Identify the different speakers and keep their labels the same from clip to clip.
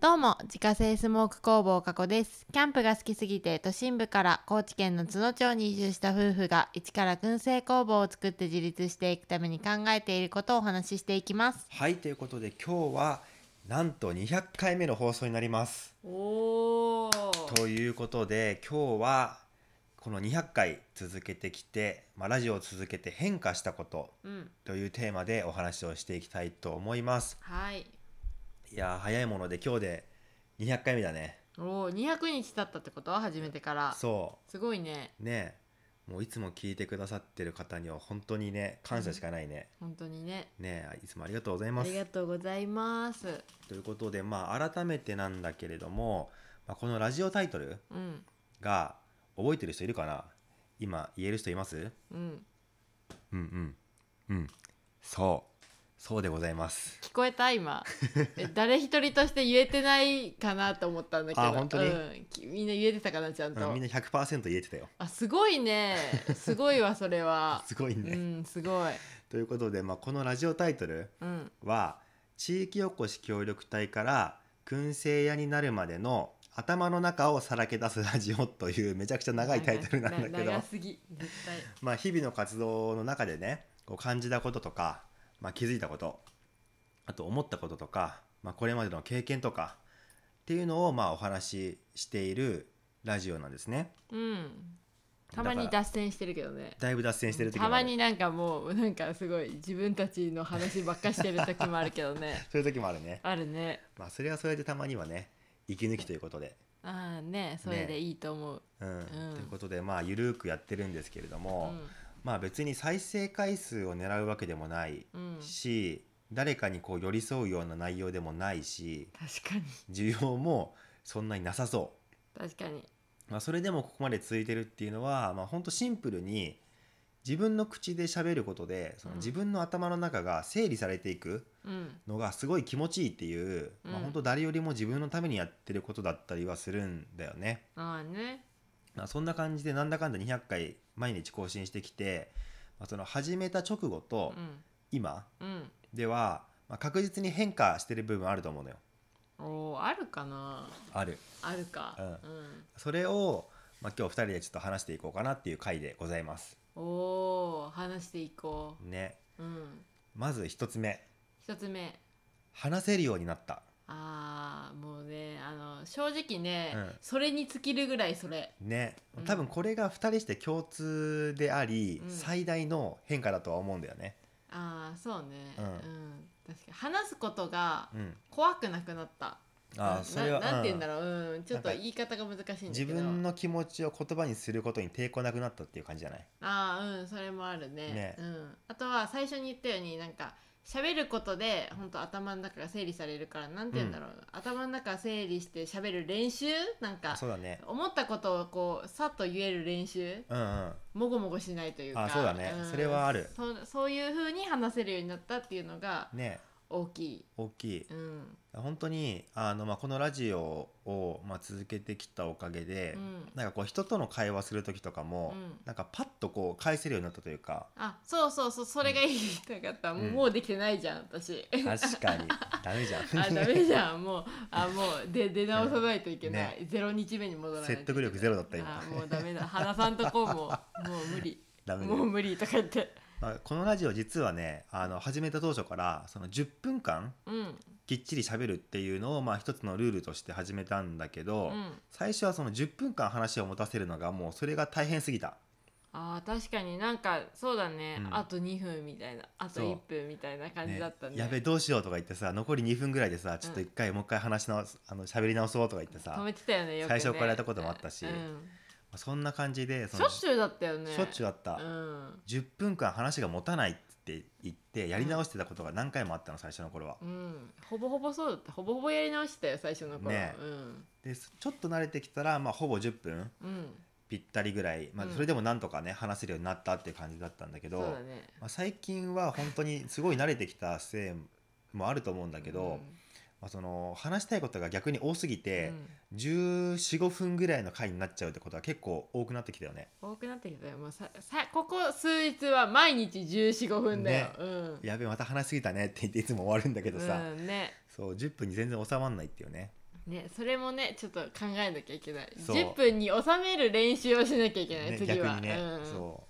Speaker 1: どうも自家製スモーク工房加古ですキャンプが好きすぎて都心部から高知県の津野町に移住した夫婦が一から燻製工房を作って自立していくために考えていることをお話ししていきます
Speaker 2: はいということで今日はなんと200回目の放送になります。
Speaker 1: おお
Speaker 2: ということで今日はこの200回続けてきて、まあ、ラジオを続けて変化したこと
Speaker 1: うん
Speaker 2: というテーマでお話をしていきたいと思います。
Speaker 1: はい
Speaker 2: いやー早いもので今日で200回目だね。
Speaker 1: おお200日経ったってこと初めてから
Speaker 2: そ
Speaker 1: すごいね
Speaker 2: うねもういつも聞いてくださってる方には本当にね感謝しかないね。
Speaker 1: 本当にね
Speaker 2: ねいつもありがとうござい
Speaker 1: あ
Speaker 2: ます
Speaker 1: り。がとうございます
Speaker 2: ということでまあ改めてなんだけれども、まあ、このラジオタイトル
Speaker 1: うん
Speaker 2: が覚えてる人いるかな今言える人います
Speaker 1: うん
Speaker 2: うんうんうんそうそうでございます
Speaker 1: 聞こえた 今え誰一人として言えてないかなと思ったんだけど
Speaker 2: あ本当に
Speaker 1: うんきみんな言えてたかなちゃんと、
Speaker 2: うんみんな100%言えてたよ
Speaker 1: あすごいねすごいわそれ は
Speaker 2: すごいね、
Speaker 1: うんすごい
Speaker 2: ということで、まあ、このラジオタイトル
Speaker 1: うん
Speaker 2: は地域おこし協力隊から燻製屋になるまでの頭の中をさらけ出すラジオというめちゃくちゃ長いタイトルなんだけ
Speaker 1: な
Speaker 2: ど
Speaker 1: 長すぎ絶対
Speaker 2: まあ、日々の活動の中でねこう感じたこととか、まあ、気づいたことあと思ったこととか、まあ、これまでの経験とかっていうのをまあお話ししているラジオなんですね
Speaker 1: うんたまに
Speaker 2: だから
Speaker 1: 脱線してるけどね
Speaker 2: だいぶ脱線してる時もあ
Speaker 1: た
Speaker 2: る
Speaker 1: まになんかもうなんかすごい自分たちの話ばっかしてる時もあるけどね
Speaker 2: そういう時もあるね、
Speaker 1: あるね
Speaker 2: まあ、それはそれでたまにはね息抜きということで、
Speaker 1: ああねそれでいいと思う、
Speaker 2: うん
Speaker 1: ん
Speaker 2: ということでまあゆるーくやってるんですけれど
Speaker 1: う
Speaker 2: も、
Speaker 1: ん
Speaker 2: まあ別に再生回数を狙うわけでもない
Speaker 1: うん
Speaker 2: し、誰かにこう寄り添うような内容でもないし
Speaker 1: 確かに
Speaker 2: 需要もそんなになさそう
Speaker 1: 確かに
Speaker 2: まあ、それでもここまで続いてるっていうのは、まあ、ほんとシンプルに自分の口で喋ることでその
Speaker 1: うん
Speaker 2: 自分の頭の中が整理されていく
Speaker 1: うん
Speaker 2: のがすごい気持ちいいっていう、ま
Speaker 1: う
Speaker 2: あ、
Speaker 1: ん
Speaker 2: 本当誰よりも自分のためにやってることだったりはするんだよね。
Speaker 1: ああね
Speaker 2: まあ、そんな感じでなんだかんだ200回毎日更新してきて、まあ、その始めた直後と
Speaker 1: うん
Speaker 2: 今
Speaker 1: うん
Speaker 2: では、まあ、確実に変化してる部分あると思うのよ。
Speaker 1: おーあるかな
Speaker 2: ある。
Speaker 1: あるか、
Speaker 2: うんそれを、まあ、今日2人でちょっと話していこうかなっていう回でございます。
Speaker 1: おー話していこ
Speaker 2: ね。
Speaker 1: ううん
Speaker 2: まず1つ目。
Speaker 1: 一つ目
Speaker 2: 話せるようになった
Speaker 1: あーもうねあの正直ね、
Speaker 2: うん
Speaker 1: それに尽きるぐらいそれ
Speaker 2: ね
Speaker 1: うん
Speaker 2: 多分これが2人して共通であり、
Speaker 1: うん
Speaker 2: 最大の変化だとは思うんだよね
Speaker 1: あーそうねう、
Speaker 2: うんん
Speaker 1: 確かに話すことが
Speaker 2: うん
Speaker 1: 怖くなくなった
Speaker 2: あ
Speaker 1: な
Speaker 2: あそれは
Speaker 1: ななんて言うんだ
Speaker 2: う
Speaker 1: ろう、うんちょっと
Speaker 2: なんか
Speaker 1: 言い方が難しい
Speaker 2: ん
Speaker 1: んだ
Speaker 2: 自
Speaker 1: けど
Speaker 2: 分の気持ちを言葉にすることに抵抗なくなったっていう感じじゃない
Speaker 1: ああうんそれもあるね
Speaker 2: ね
Speaker 1: うん、あとは最初に言ったようになんか喋ることで本当頭の中が整理されるからなんて言うんだろう、頭の中整理して喋る練習なんか
Speaker 2: そうだね
Speaker 1: 思ったことをこうさっと言える練習
Speaker 2: うんうん
Speaker 1: もごもごしないというか
Speaker 2: あそうだね
Speaker 1: ん
Speaker 2: それはある
Speaker 1: そそういう風に話せるようになったっていうのが
Speaker 2: ね
Speaker 1: 大きい、
Speaker 2: 大きい
Speaker 1: うん
Speaker 2: 本当にあの、まあ、このラジオを、まあ、続けてきたおかげで、
Speaker 1: うん
Speaker 2: なんかこう人との会話する時とかも、
Speaker 1: うん
Speaker 2: なんかパッとこう返せるようになったという か
Speaker 1: あそうそうそうそれが言いたかった、もう
Speaker 2: うん
Speaker 1: もうできてないじゃん 私
Speaker 2: 確かにダメじゃん
Speaker 1: あダメじゃんもうあもうで出直さないといけない、ゼロ日目に戻らないといけ
Speaker 2: 説得力ゼロだった今
Speaker 1: あもうダメだ花さんとこうももう無理
Speaker 2: ダメだよ
Speaker 1: もう無理とか言って
Speaker 2: まあ、このラジオ実はねあの始めた当初からその10分間
Speaker 1: うん
Speaker 2: きっちり喋るっていうのをまあ一つのルールとして始めたんだけど、
Speaker 1: うん
Speaker 2: 最初はその10分間話を持たせるのがもうそれが大変すぎた
Speaker 1: あー確かになんかそうだね、
Speaker 2: うん
Speaker 1: あと2分みたいなあと
Speaker 2: そう
Speaker 1: 1分みたいな感じだったね
Speaker 2: やべどうしようとか言ってさ残り2分ぐらいでさちょっと一回、もう一回話し直すあの喋り直そうとか言ってさ
Speaker 1: 止、めてたよねよくね
Speaker 2: 最初からやったこともあったし
Speaker 1: うん
Speaker 2: そんな感じでそ
Speaker 1: しょ
Speaker 2: の
Speaker 1: っちゅうだったよね
Speaker 2: しょっちゅうあった、
Speaker 1: うん
Speaker 2: 10分間話が持たないって言ってやり直してたことが何回もあったの最初の頃は。
Speaker 1: うん、ほぼほぼそうだったほぼほぼやり直してたよ最初の頃、
Speaker 2: ね
Speaker 1: うん
Speaker 2: でちょっと慣れてきたら、まあ、ほぼ10分
Speaker 1: うん
Speaker 2: ぴったりぐらい、まあ
Speaker 1: うん、
Speaker 2: それでもなんとかね、話せるようになったっていう感じだったんだけど、
Speaker 1: そうだね
Speaker 2: まあ、最近は本当にすごい慣れてきたせいもあると思うんだけど、まあ、その話したいことが逆に多すぎ
Speaker 1: うん
Speaker 2: て、1415分ぐらいの回になっちゃうってことは結構多くなってきたよね。
Speaker 1: うん多くなってきたよもうささここ数日は毎日1415分だよ、
Speaker 2: ね
Speaker 1: うん
Speaker 2: やべまた話しすぎたねって言っていつも終わるんだけどさ、
Speaker 1: うんね
Speaker 2: そう10分に全然収まんないっていうね
Speaker 1: ね、それもねちょっと考えなきゃいけない
Speaker 2: そう
Speaker 1: 10分に収める練習をしなきゃいけない、
Speaker 2: ね、
Speaker 1: 次
Speaker 2: 逆
Speaker 1: は、
Speaker 2: にね、
Speaker 1: うん、
Speaker 2: そ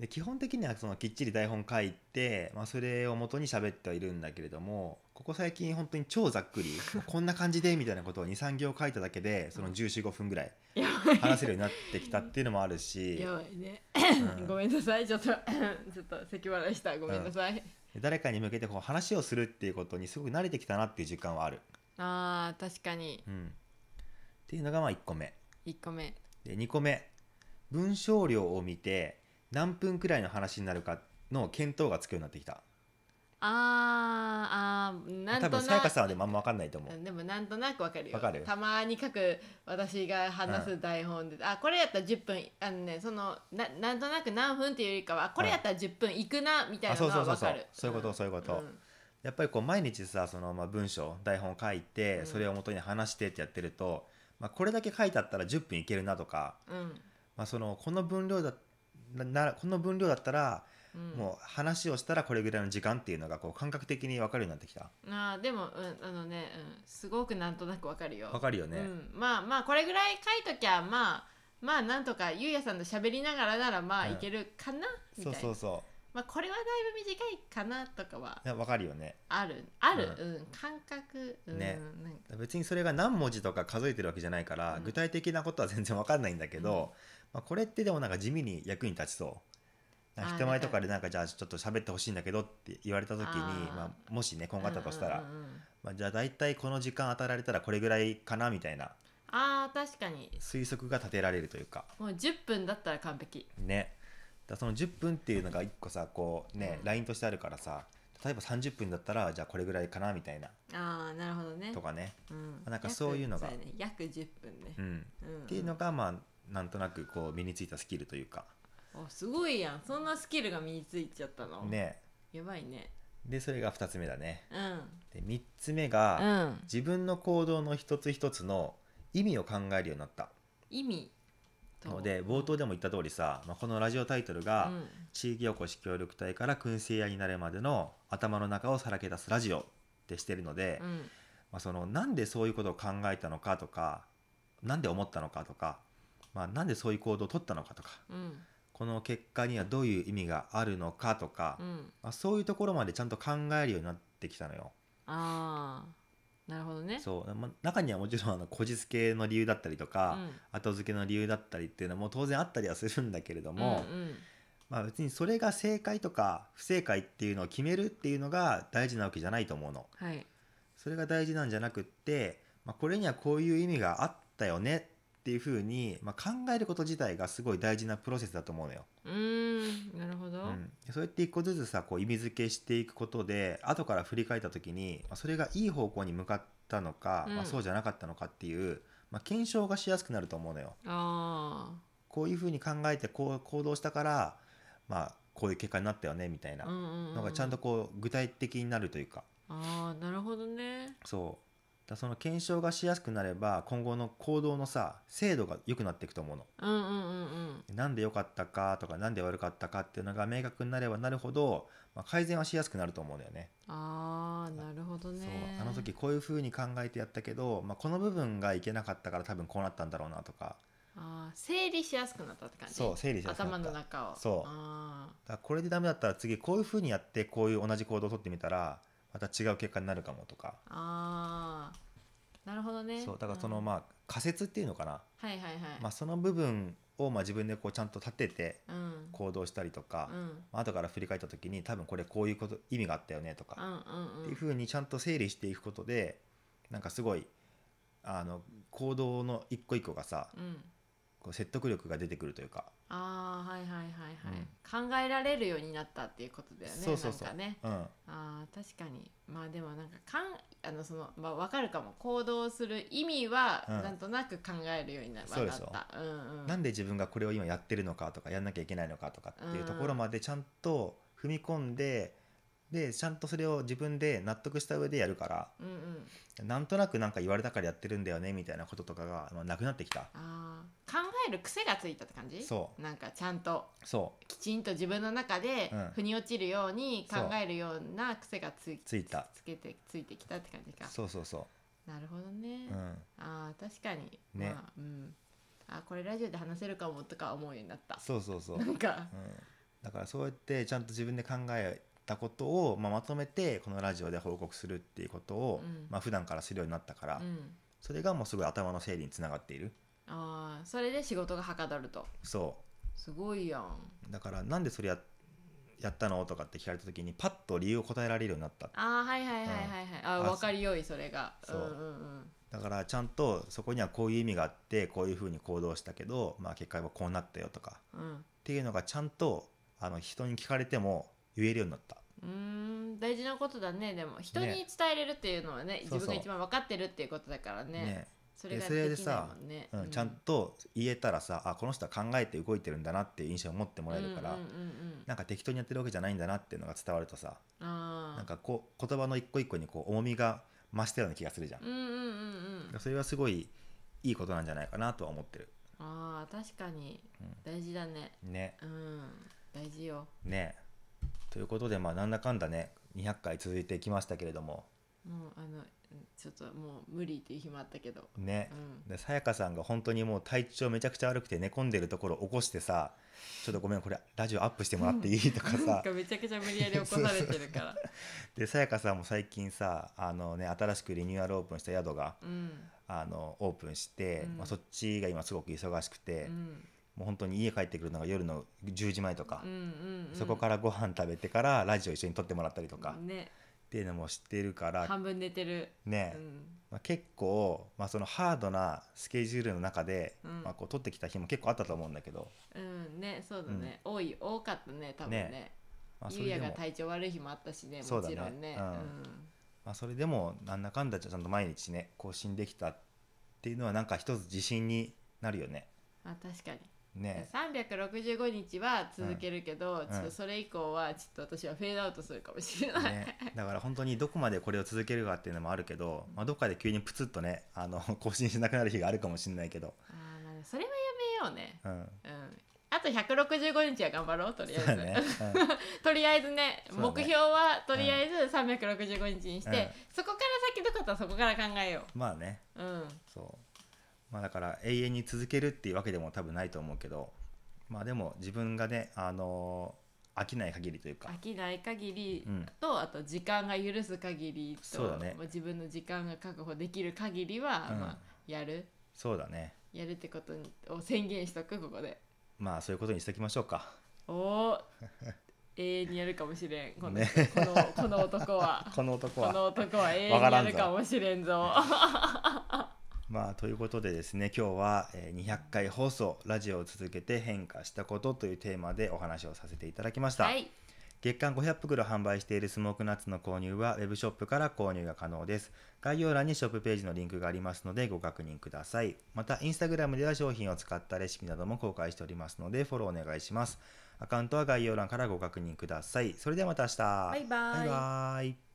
Speaker 2: うで基本的にはそのきっちり台本書いて、まあ、それを元に喋ってはいるんだけれどもここ最近本当に超ざ っくりこんな感じでみたいなことを23行書いただけでその1415分ぐらい
Speaker 1: や
Speaker 2: 話せるようになってきたっていうのもあるし
Speaker 1: やばいね、
Speaker 2: うん
Speaker 1: ごめんなさいちょっと ちょっと咳払いしたごめんなさい、
Speaker 2: 誰かに向けてこう話をするっていうことにすごく慣れてきたなっていう実感はある。
Speaker 1: あー確かに
Speaker 2: うん、っていうのがまあ1個目。
Speaker 1: 1個目
Speaker 2: で2個目文章量を見て何分くらいの話になるかの見当がつくようになってきた
Speaker 1: あーあーなんとな
Speaker 2: 多分
Speaker 1: く
Speaker 2: さやかさんはでもあんま分かんないと思う
Speaker 1: でもなんとなくわかるよ
Speaker 2: わかる
Speaker 1: たまに書く私が話す台本で、あこれやったら10分あのねそのななんとなく何分っていうよりかはこれやったら10分いくなみたいなのが
Speaker 2: あそう
Speaker 1: わ
Speaker 2: そうそうそう
Speaker 1: かる
Speaker 2: そういうこと
Speaker 1: ん
Speaker 2: そういうこと
Speaker 1: ん
Speaker 2: やっぱりこう毎日さそのまあ文章台本書いうて
Speaker 1: ん
Speaker 2: それを元に話してってやってると、まあ、これだけ書いてあったら10分いけるなとか、
Speaker 1: うん
Speaker 2: まあ、そのこの分量だななこの分量だったら
Speaker 1: うん
Speaker 2: もう話をしたらこれぐらいの時間っていうのがこう感覚的に分かるようになってきた
Speaker 1: あーでも、うん、あのね、うん、すごくなんとなくわかるよ
Speaker 2: 分かるよね、
Speaker 1: うん、まあまあこれぐらい書いときゃまあまあなんとかゆうやさんと喋りながらならまあ
Speaker 2: うん
Speaker 1: いけるかな、みた
Speaker 2: そ
Speaker 1: いうな
Speaker 2: そうそ
Speaker 1: まあこれはだいぶ短いかなとかは
Speaker 2: ういや分かるよね
Speaker 1: あるある、うん感覚、うん、
Speaker 2: ね
Speaker 1: なんか
Speaker 2: 別にそれが何文字とか数えてるわけじゃないから、
Speaker 1: うん
Speaker 2: 具体的なことは全然わかんないんだけど、
Speaker 1: うん
Speaker 2: まあ、これってでもなんか地味に役に立ちそうなんか
Speaker 1: あー
Speaker 2: 人前とかでなんかじゃあちょっと喋ってほしいんだけどって言われた時に
Speaker 1: あー
Speaker 2: まあ、もしね今後あったとしたら、
Speaker 1: うんうんうんうん
Speaker 2: まあ、じゃあ大体この時間与えられたらこれぐらいかなみたいな
Speaker 1: あー確かに
Speaker 2: 推測が立てられるというか
Speaker 1: もう10分だったら完璧
Speaker 2: ねだからその10分っていうのが一個さこうね、
Speaker 1: うん
Speaker 2: ラインとしてあるからさ例えば30分だったらじゃあこれぐらいかなみたいな
Speaker 1: ああなるほどね
Speaker 2: とかね、
Speaker 1: うん、
Speaker 2: なんかそういうのが
Speaker 1: 約そうやね、約10分ね
Speaker 2: う、ん、
Speaker 1: うんうん
Speaker 2: っていうのがまあなんとなくこう身についたスキルというか
Speaker 1: おすごいやんそんなスキルが身についちゃったの、
Speaker 2: ね
Speaker 1: やばいね
Speaker 2: でそれが2つ目だね
Speaker 1: うん
Speaker 2: で3つ目が、
Speaker 1: うん
Speaker 2: 自分の行動の一つ一つの意味を考えるようになった
Speaker 1: 意味
Speaker 2: ので冒頭でも言った通りさ、まあ、このラジオタイトルが、
Speaker 1: うん
Speaker 2: 地域おこし協力隊から燻製屋になるまでの頭の中をさらけ出すラジオってしてるので、
Speaker 1: う
Speaker 2: ま
Speaker 1: ん
Speaker 2: あ、そのなんでそういうことを考えたのかとかなんで思ったのかとか、まあ、なんでそういう行動を取ったのかとか
Speaker 1: うん
Speaker 2: この結果にはどういう意味があるのかとか、
Speaker 1: うん
Speaker 2: まあ、そういうところまでちゃんと考えるようになってきたのよ。
Speaker 1: ああなるほどね
Speaker 2: そう、ま、中にはもちろんあのこじつけの理由だったりとか、
Speaker 1: うん
Speaker 2: 後付けの理由だったりっていうのも当然あったりはするんだけれども、
Speaker 1: うんうん
Speaker 2: まあ、別にそれが正解とか不正解っていうのを決めるっていうのが大事なわけじゃないと思うの。
Speaker 1: はい
Speaker 2: それが大事なんじゃなくって、まあ、これにはこういう意味があったよねっていうふうに、まあ、考えること自体がすごい大事なプロセスだと思うのよ。
Speaker 1: うーんなるほ
Speaker 2: う
Speaker 1: ど、
Speaker 2: ん、そうやって一個ずつさこう意味付けしていくことで後から振り返った時にまあそれがいい方向に向かったのか、
Speaker 1: うん
Speaker 2: まあ、そうじゃなかったのかっていう、まあ、検証がしやすくなると思うのよ。
Speaker 1: あ
Speaker 2: こういうふうに考えてこう行動したから、まあ、こういう結果になったよねみたい
Speaker 1: あ
Speaker 2: な
Speaker 1: うんうんうん
Speaker 2: のがちゃんとこう具体的になるというか
Speaker 1: ああなるほどね
Speaker 2: そうだからその検証がしやすくなれば今後の行動のさ精度が良くなっていくと思うの。
Speaker 1: うんうんうんうん
Speaker 2: なんで良かったかとかなんで悪かったかっていうのが明確になればなるほど、まあ、改善はしやすくなると思うんだよね。
Speaker 1: ああなるほどね
Speaker 2: そうあの時こういうふうに考えてやったけど、まあ、この部分がいけなかったから多分こうなったんだろうなとか
Speaker 1: あー整理しやすくなったって感じ
Speaker 2: そう整理しやすくなった
Speaker 1: 頭の中を
Speaker 2: そう
Speaker 1: あ
Speaker 2: だからこれでダメだったら次こういうふうにやってこういう同じ行動をとってみたらまた違う結果になるかもとか、
Speaker 1: ーあーなるほどね
Speaker 2: そうだからその
Speaker 1: ん
Speaker 2: まあ仮説っていうのかな、
Speaker 1: はいはいはい、
Speaker 2: まあ、その部分をまあ自分でこうちゃんと立てて
Speaker 1: うん
Speaker 2: 行動したりとか、
Speaker 1: うんうん
Speaker 2: まあ後から振り返った時に多分これこういうこと意味があったよねとか、
Speaker 1: うんう
Speaker 2: っていうんふうにちゃんと整理していくことでなんかすごいあの行動の一個一個がさ
Speaker 1: うん
Speaker 2: こう説得力が出てくるというか。
Speaker 1: ああはいはいはいはい、考えられるようになったっていうことだよね
Speaker 2: そうそうそ
Speaker 1: な
Speaker 2: う
Speaker 1: んかね
Speaker 2: うん
Speaker 1: あー確かにまあでもなんかかんあのその、まあ、分かるかも行動する意味は
Speaker 2: うん
Speaker 1: なんとなく考えるようにな,、
Speaker 2: そうで
Speaker 1: なっ
Speaker 2: しょ
Speaker 1: たうんうん、
Speaker 2: なんで自分がこれを今やってるのかとかやんなきゃいけないのかとかっていうところまでちゃんと踏み込んで、でちゃんとそれを自分で納得した上でやるから
Speaker 1: うんうん、
Speaker 2: なんとなくなんか言われたからやってるんだよねみたいなこととかがまあなくなってきた
Speaker 1: あー考える癖がついたって感じ
Speaker 2: そう
Speaker 1: なんかちゃんと
Speaker 2: そ
Speaker 1: きちんと自分の中で
Speaker 2: うん
Speaker 1: 腑に落ちるように
Speaker 2: そう
Speaker 1: 考えるような癖がついう
Speaker 2: ついた
Speaker 1: つけてついてきたって感じか
Speaker 2: そうそうそ
Speaker 1: なるほどね、
Speaker 2: う、うん、
Speaker 1: あー確かに、
Speaker 2: ね
Speaker 1: まあうん、あこれラジオで話せるかもとか思うようになった
Speaker 2: そうそ うそう、う、
Speaker 1: なんんか
Speaker 2: だからそうやってちゃんと自分で考えたことを、まあ、まとめてこのラジオで報告するっていうことを、
Speaker 1: うん
Speaker 2: まあ普段からするようになったから、
Speaker 1: うん
Speaker 2: それがもうすごい頭の整理につながっている
Speaker 1: あーそれで仕事がはかどると
Speaker 2: そ
Speaker 1: すごいやん
Speaker 2: うだからなんでそれややったのとかって聞かれた時にパッと理由を答えられるようになった
Speaker 1: あーはいはいはいはいはい、
Speaker 2: うん
Speaker 1: あ
Speaker 2: あ
Speaker 1: 分かりよいそれが
Speaker 2: そうん
Speaker 1: うんうん
Speaker 2: だからちゃんとそこにはこういう意味があってこういうふうに行動したけど、まあ、結果はこうなったよとか
Speaker 1: うん
Speaker 2: っていうのがちゃんとあの人に聞かれても言えるようになった
Speaker 1: うーん大事なことだねでも人に伝えれるっていうのはね
Speaker 2: そう
Speaker 1: 自
Speaker 2: そう
Speaker 1: 分が一番分かってるっていうことだからね
Speaker 2: ね
Speaker 1: それが
Speaker 2: でそれ
Speaker 1: で
Speaker 2: で
Speaker 1: きない
Speaker 2: さ
Speaker 1: もんね
Speaker 2: うん、ちゃんと言えたらさあこの人は考えて動いてるんだなっていう印象を持ってもらえるから、
Speaker 1: うんうんうんうん
Speaker 2: なんか適当にやってるわけじゃないんだなっていうのが伝わるとさ
Speaker 1: あー
Speaker 2: なんかこう言葉の一個一個にこう重みが増したような気がするじゃん、
Speaker 1: うんうんうんうん
Speaker 2: それはすごいいいことなんじゃないかなとは思ってる
Speaker 1: あー確かに
Speaker 2: うん
Speaker 1: 大事だね
Speaker 2: ね
Speaker 1: うん大事よ
Speaker 2: ねということでまあなんだかんだね200回続いてきましたけれども
Speaker 1: もうあのちょっともう無理っていう日もあったけど
Speaker 2: ね
Speaker 1: うん
Speaker 2: でさやかさんが本当にもう体調めちゃくちゃ悪くて寝込んでるところを起こしてさ「ちょっとごめんこれラジオアップしてもらっていい?」とか
Speaker 1: なん
Speaker 2: さ
Speaker 1: かめちゃくちゃ無理やり起こされてるから
Speaker 2: でさやかさんも最近さあの、ね、新しくリニューアルオープンした宿が
Speaker 1: うん
Speaker 2: あのオープンして、
Speaker 1: うん
Speaker 2: まあ、そっちが今すごく忙しくて、
Speaker 1: うん
Speaker 2: もう本当に家帰ってくるのが夜の10時前とか
Speaker 1: うんう、んうん
Speaker 2: そこからご飯食べてからラジオ一緒に撮ってもらったりとか、っ
Speaker 1: ね
Speaker 2: ていうのも知ってるから
Speaker 1: 半分寝てる
Speaker 2: ね、
Speaker 1: うん
Speaker 2: まあ、結構、まあ、そのハードなスケジュールの中で、
Speaker 1: うん
Speaker 2: まあ、こう撮ってきた日も結構あったと思うんだけど、
Speaker 1: うんねそうだね、多い多かったね多分ね
Speaker 2: ねまあ、そ
Speaker 1: ゆう
Speaker 2: れ
Speaker 1: や
Speaker 2: で
Speaker 1: が
Speaker 2: も、
Speaker 1: 体調悪い日もあったしねも
Speaker 2: そうだ
Speaker 1: ち
Speaker 2: ね
Speaker 1: ろんね
Speaker 2: うんまあ、それでもなんだかんだちゃんと毎日ね更新できたっていうのはなんか一つ自信になるよね。
Speaker 1: うんあ確かに
Speaker 2: ね
Speaker 1: 365日は続けるけど、
Speaker 2: ん
Speaker 1: ちょっとそれ以降はちょっと私はフェードアウトするかもしれない、
Speaker 2: ね、だから本当にどこまでこれを続けるかっていうのもあるけど、まあ、どっかで急にプツッとねあの更新しなくなる日があるかもしれないけど、
Speaker 1: あーまあそれはやめようね
Speaker 2: うん、
Speaker 1: うんあと165日は頑張ろうとりあ
Speaker 2: そう
Speaker 1: えず、
Speaker 2: だね、
Speaker 1: とりあえずね
Speaker 2: そうだね
Speaker 1: 目標はとりあえず365日にして、
Speaker 2: うん
Speaker 1: そこから先どこだったらそこから考えよ
Speaker 2: うん、まあね
Speaker 1: ううん
Speaker 2: そうまあだから永遠に続けるっていうわけでも多分ないと思うけどまあでも自分がねあのー飽きない限りというか
Speaker 1: 飽きない限り
Speaker 2: うん
Speaker 1: と、あと時間が許す限りと
Speaker 2: そうだね
Speaker 1: まあ、自分の時間が確保できる限りは、
Speaker 2: うん
Speaker 1: まあ、やる
Speaker 2: そうだね
Speaker 1: やるってことにを宣言しとくここで
Speaker 2: まあそういうことにしときましょうか
Speaker 1: おお 永遠にやるかもしれんこの,、
Speaker 2: ね
Speaker 1: このこの男 は
Speaker 2: この男
Speaker 1: こ
Speaker 2: は
Speaker 1: の男は永遠
Speaker 2: わ
Speaker 1: に
Speaker 2: から
Speaker 1: や
Speaker 2: んぞ
Speaker 1: るかもしれんぞ
Speaker 2: まあということでですね今日はえー200回放送ラジオを続けて変化したことというテーマでお話をさせていただきました、
Speaker 1: はい
Speaker 2: 月間500袋販売しているスモークナッツの購入はウェブショップから購入が可能です概要欄にショップページのリンクがありますのでご確認くださいまたインスタグラムでは商品を使ったレシピなども公開しておりますのでフォローお願いしますアカウントは概要欄からご確認くださいそれではまた明日
Speaker 1: バイバイ
Speaker 2: バイバイ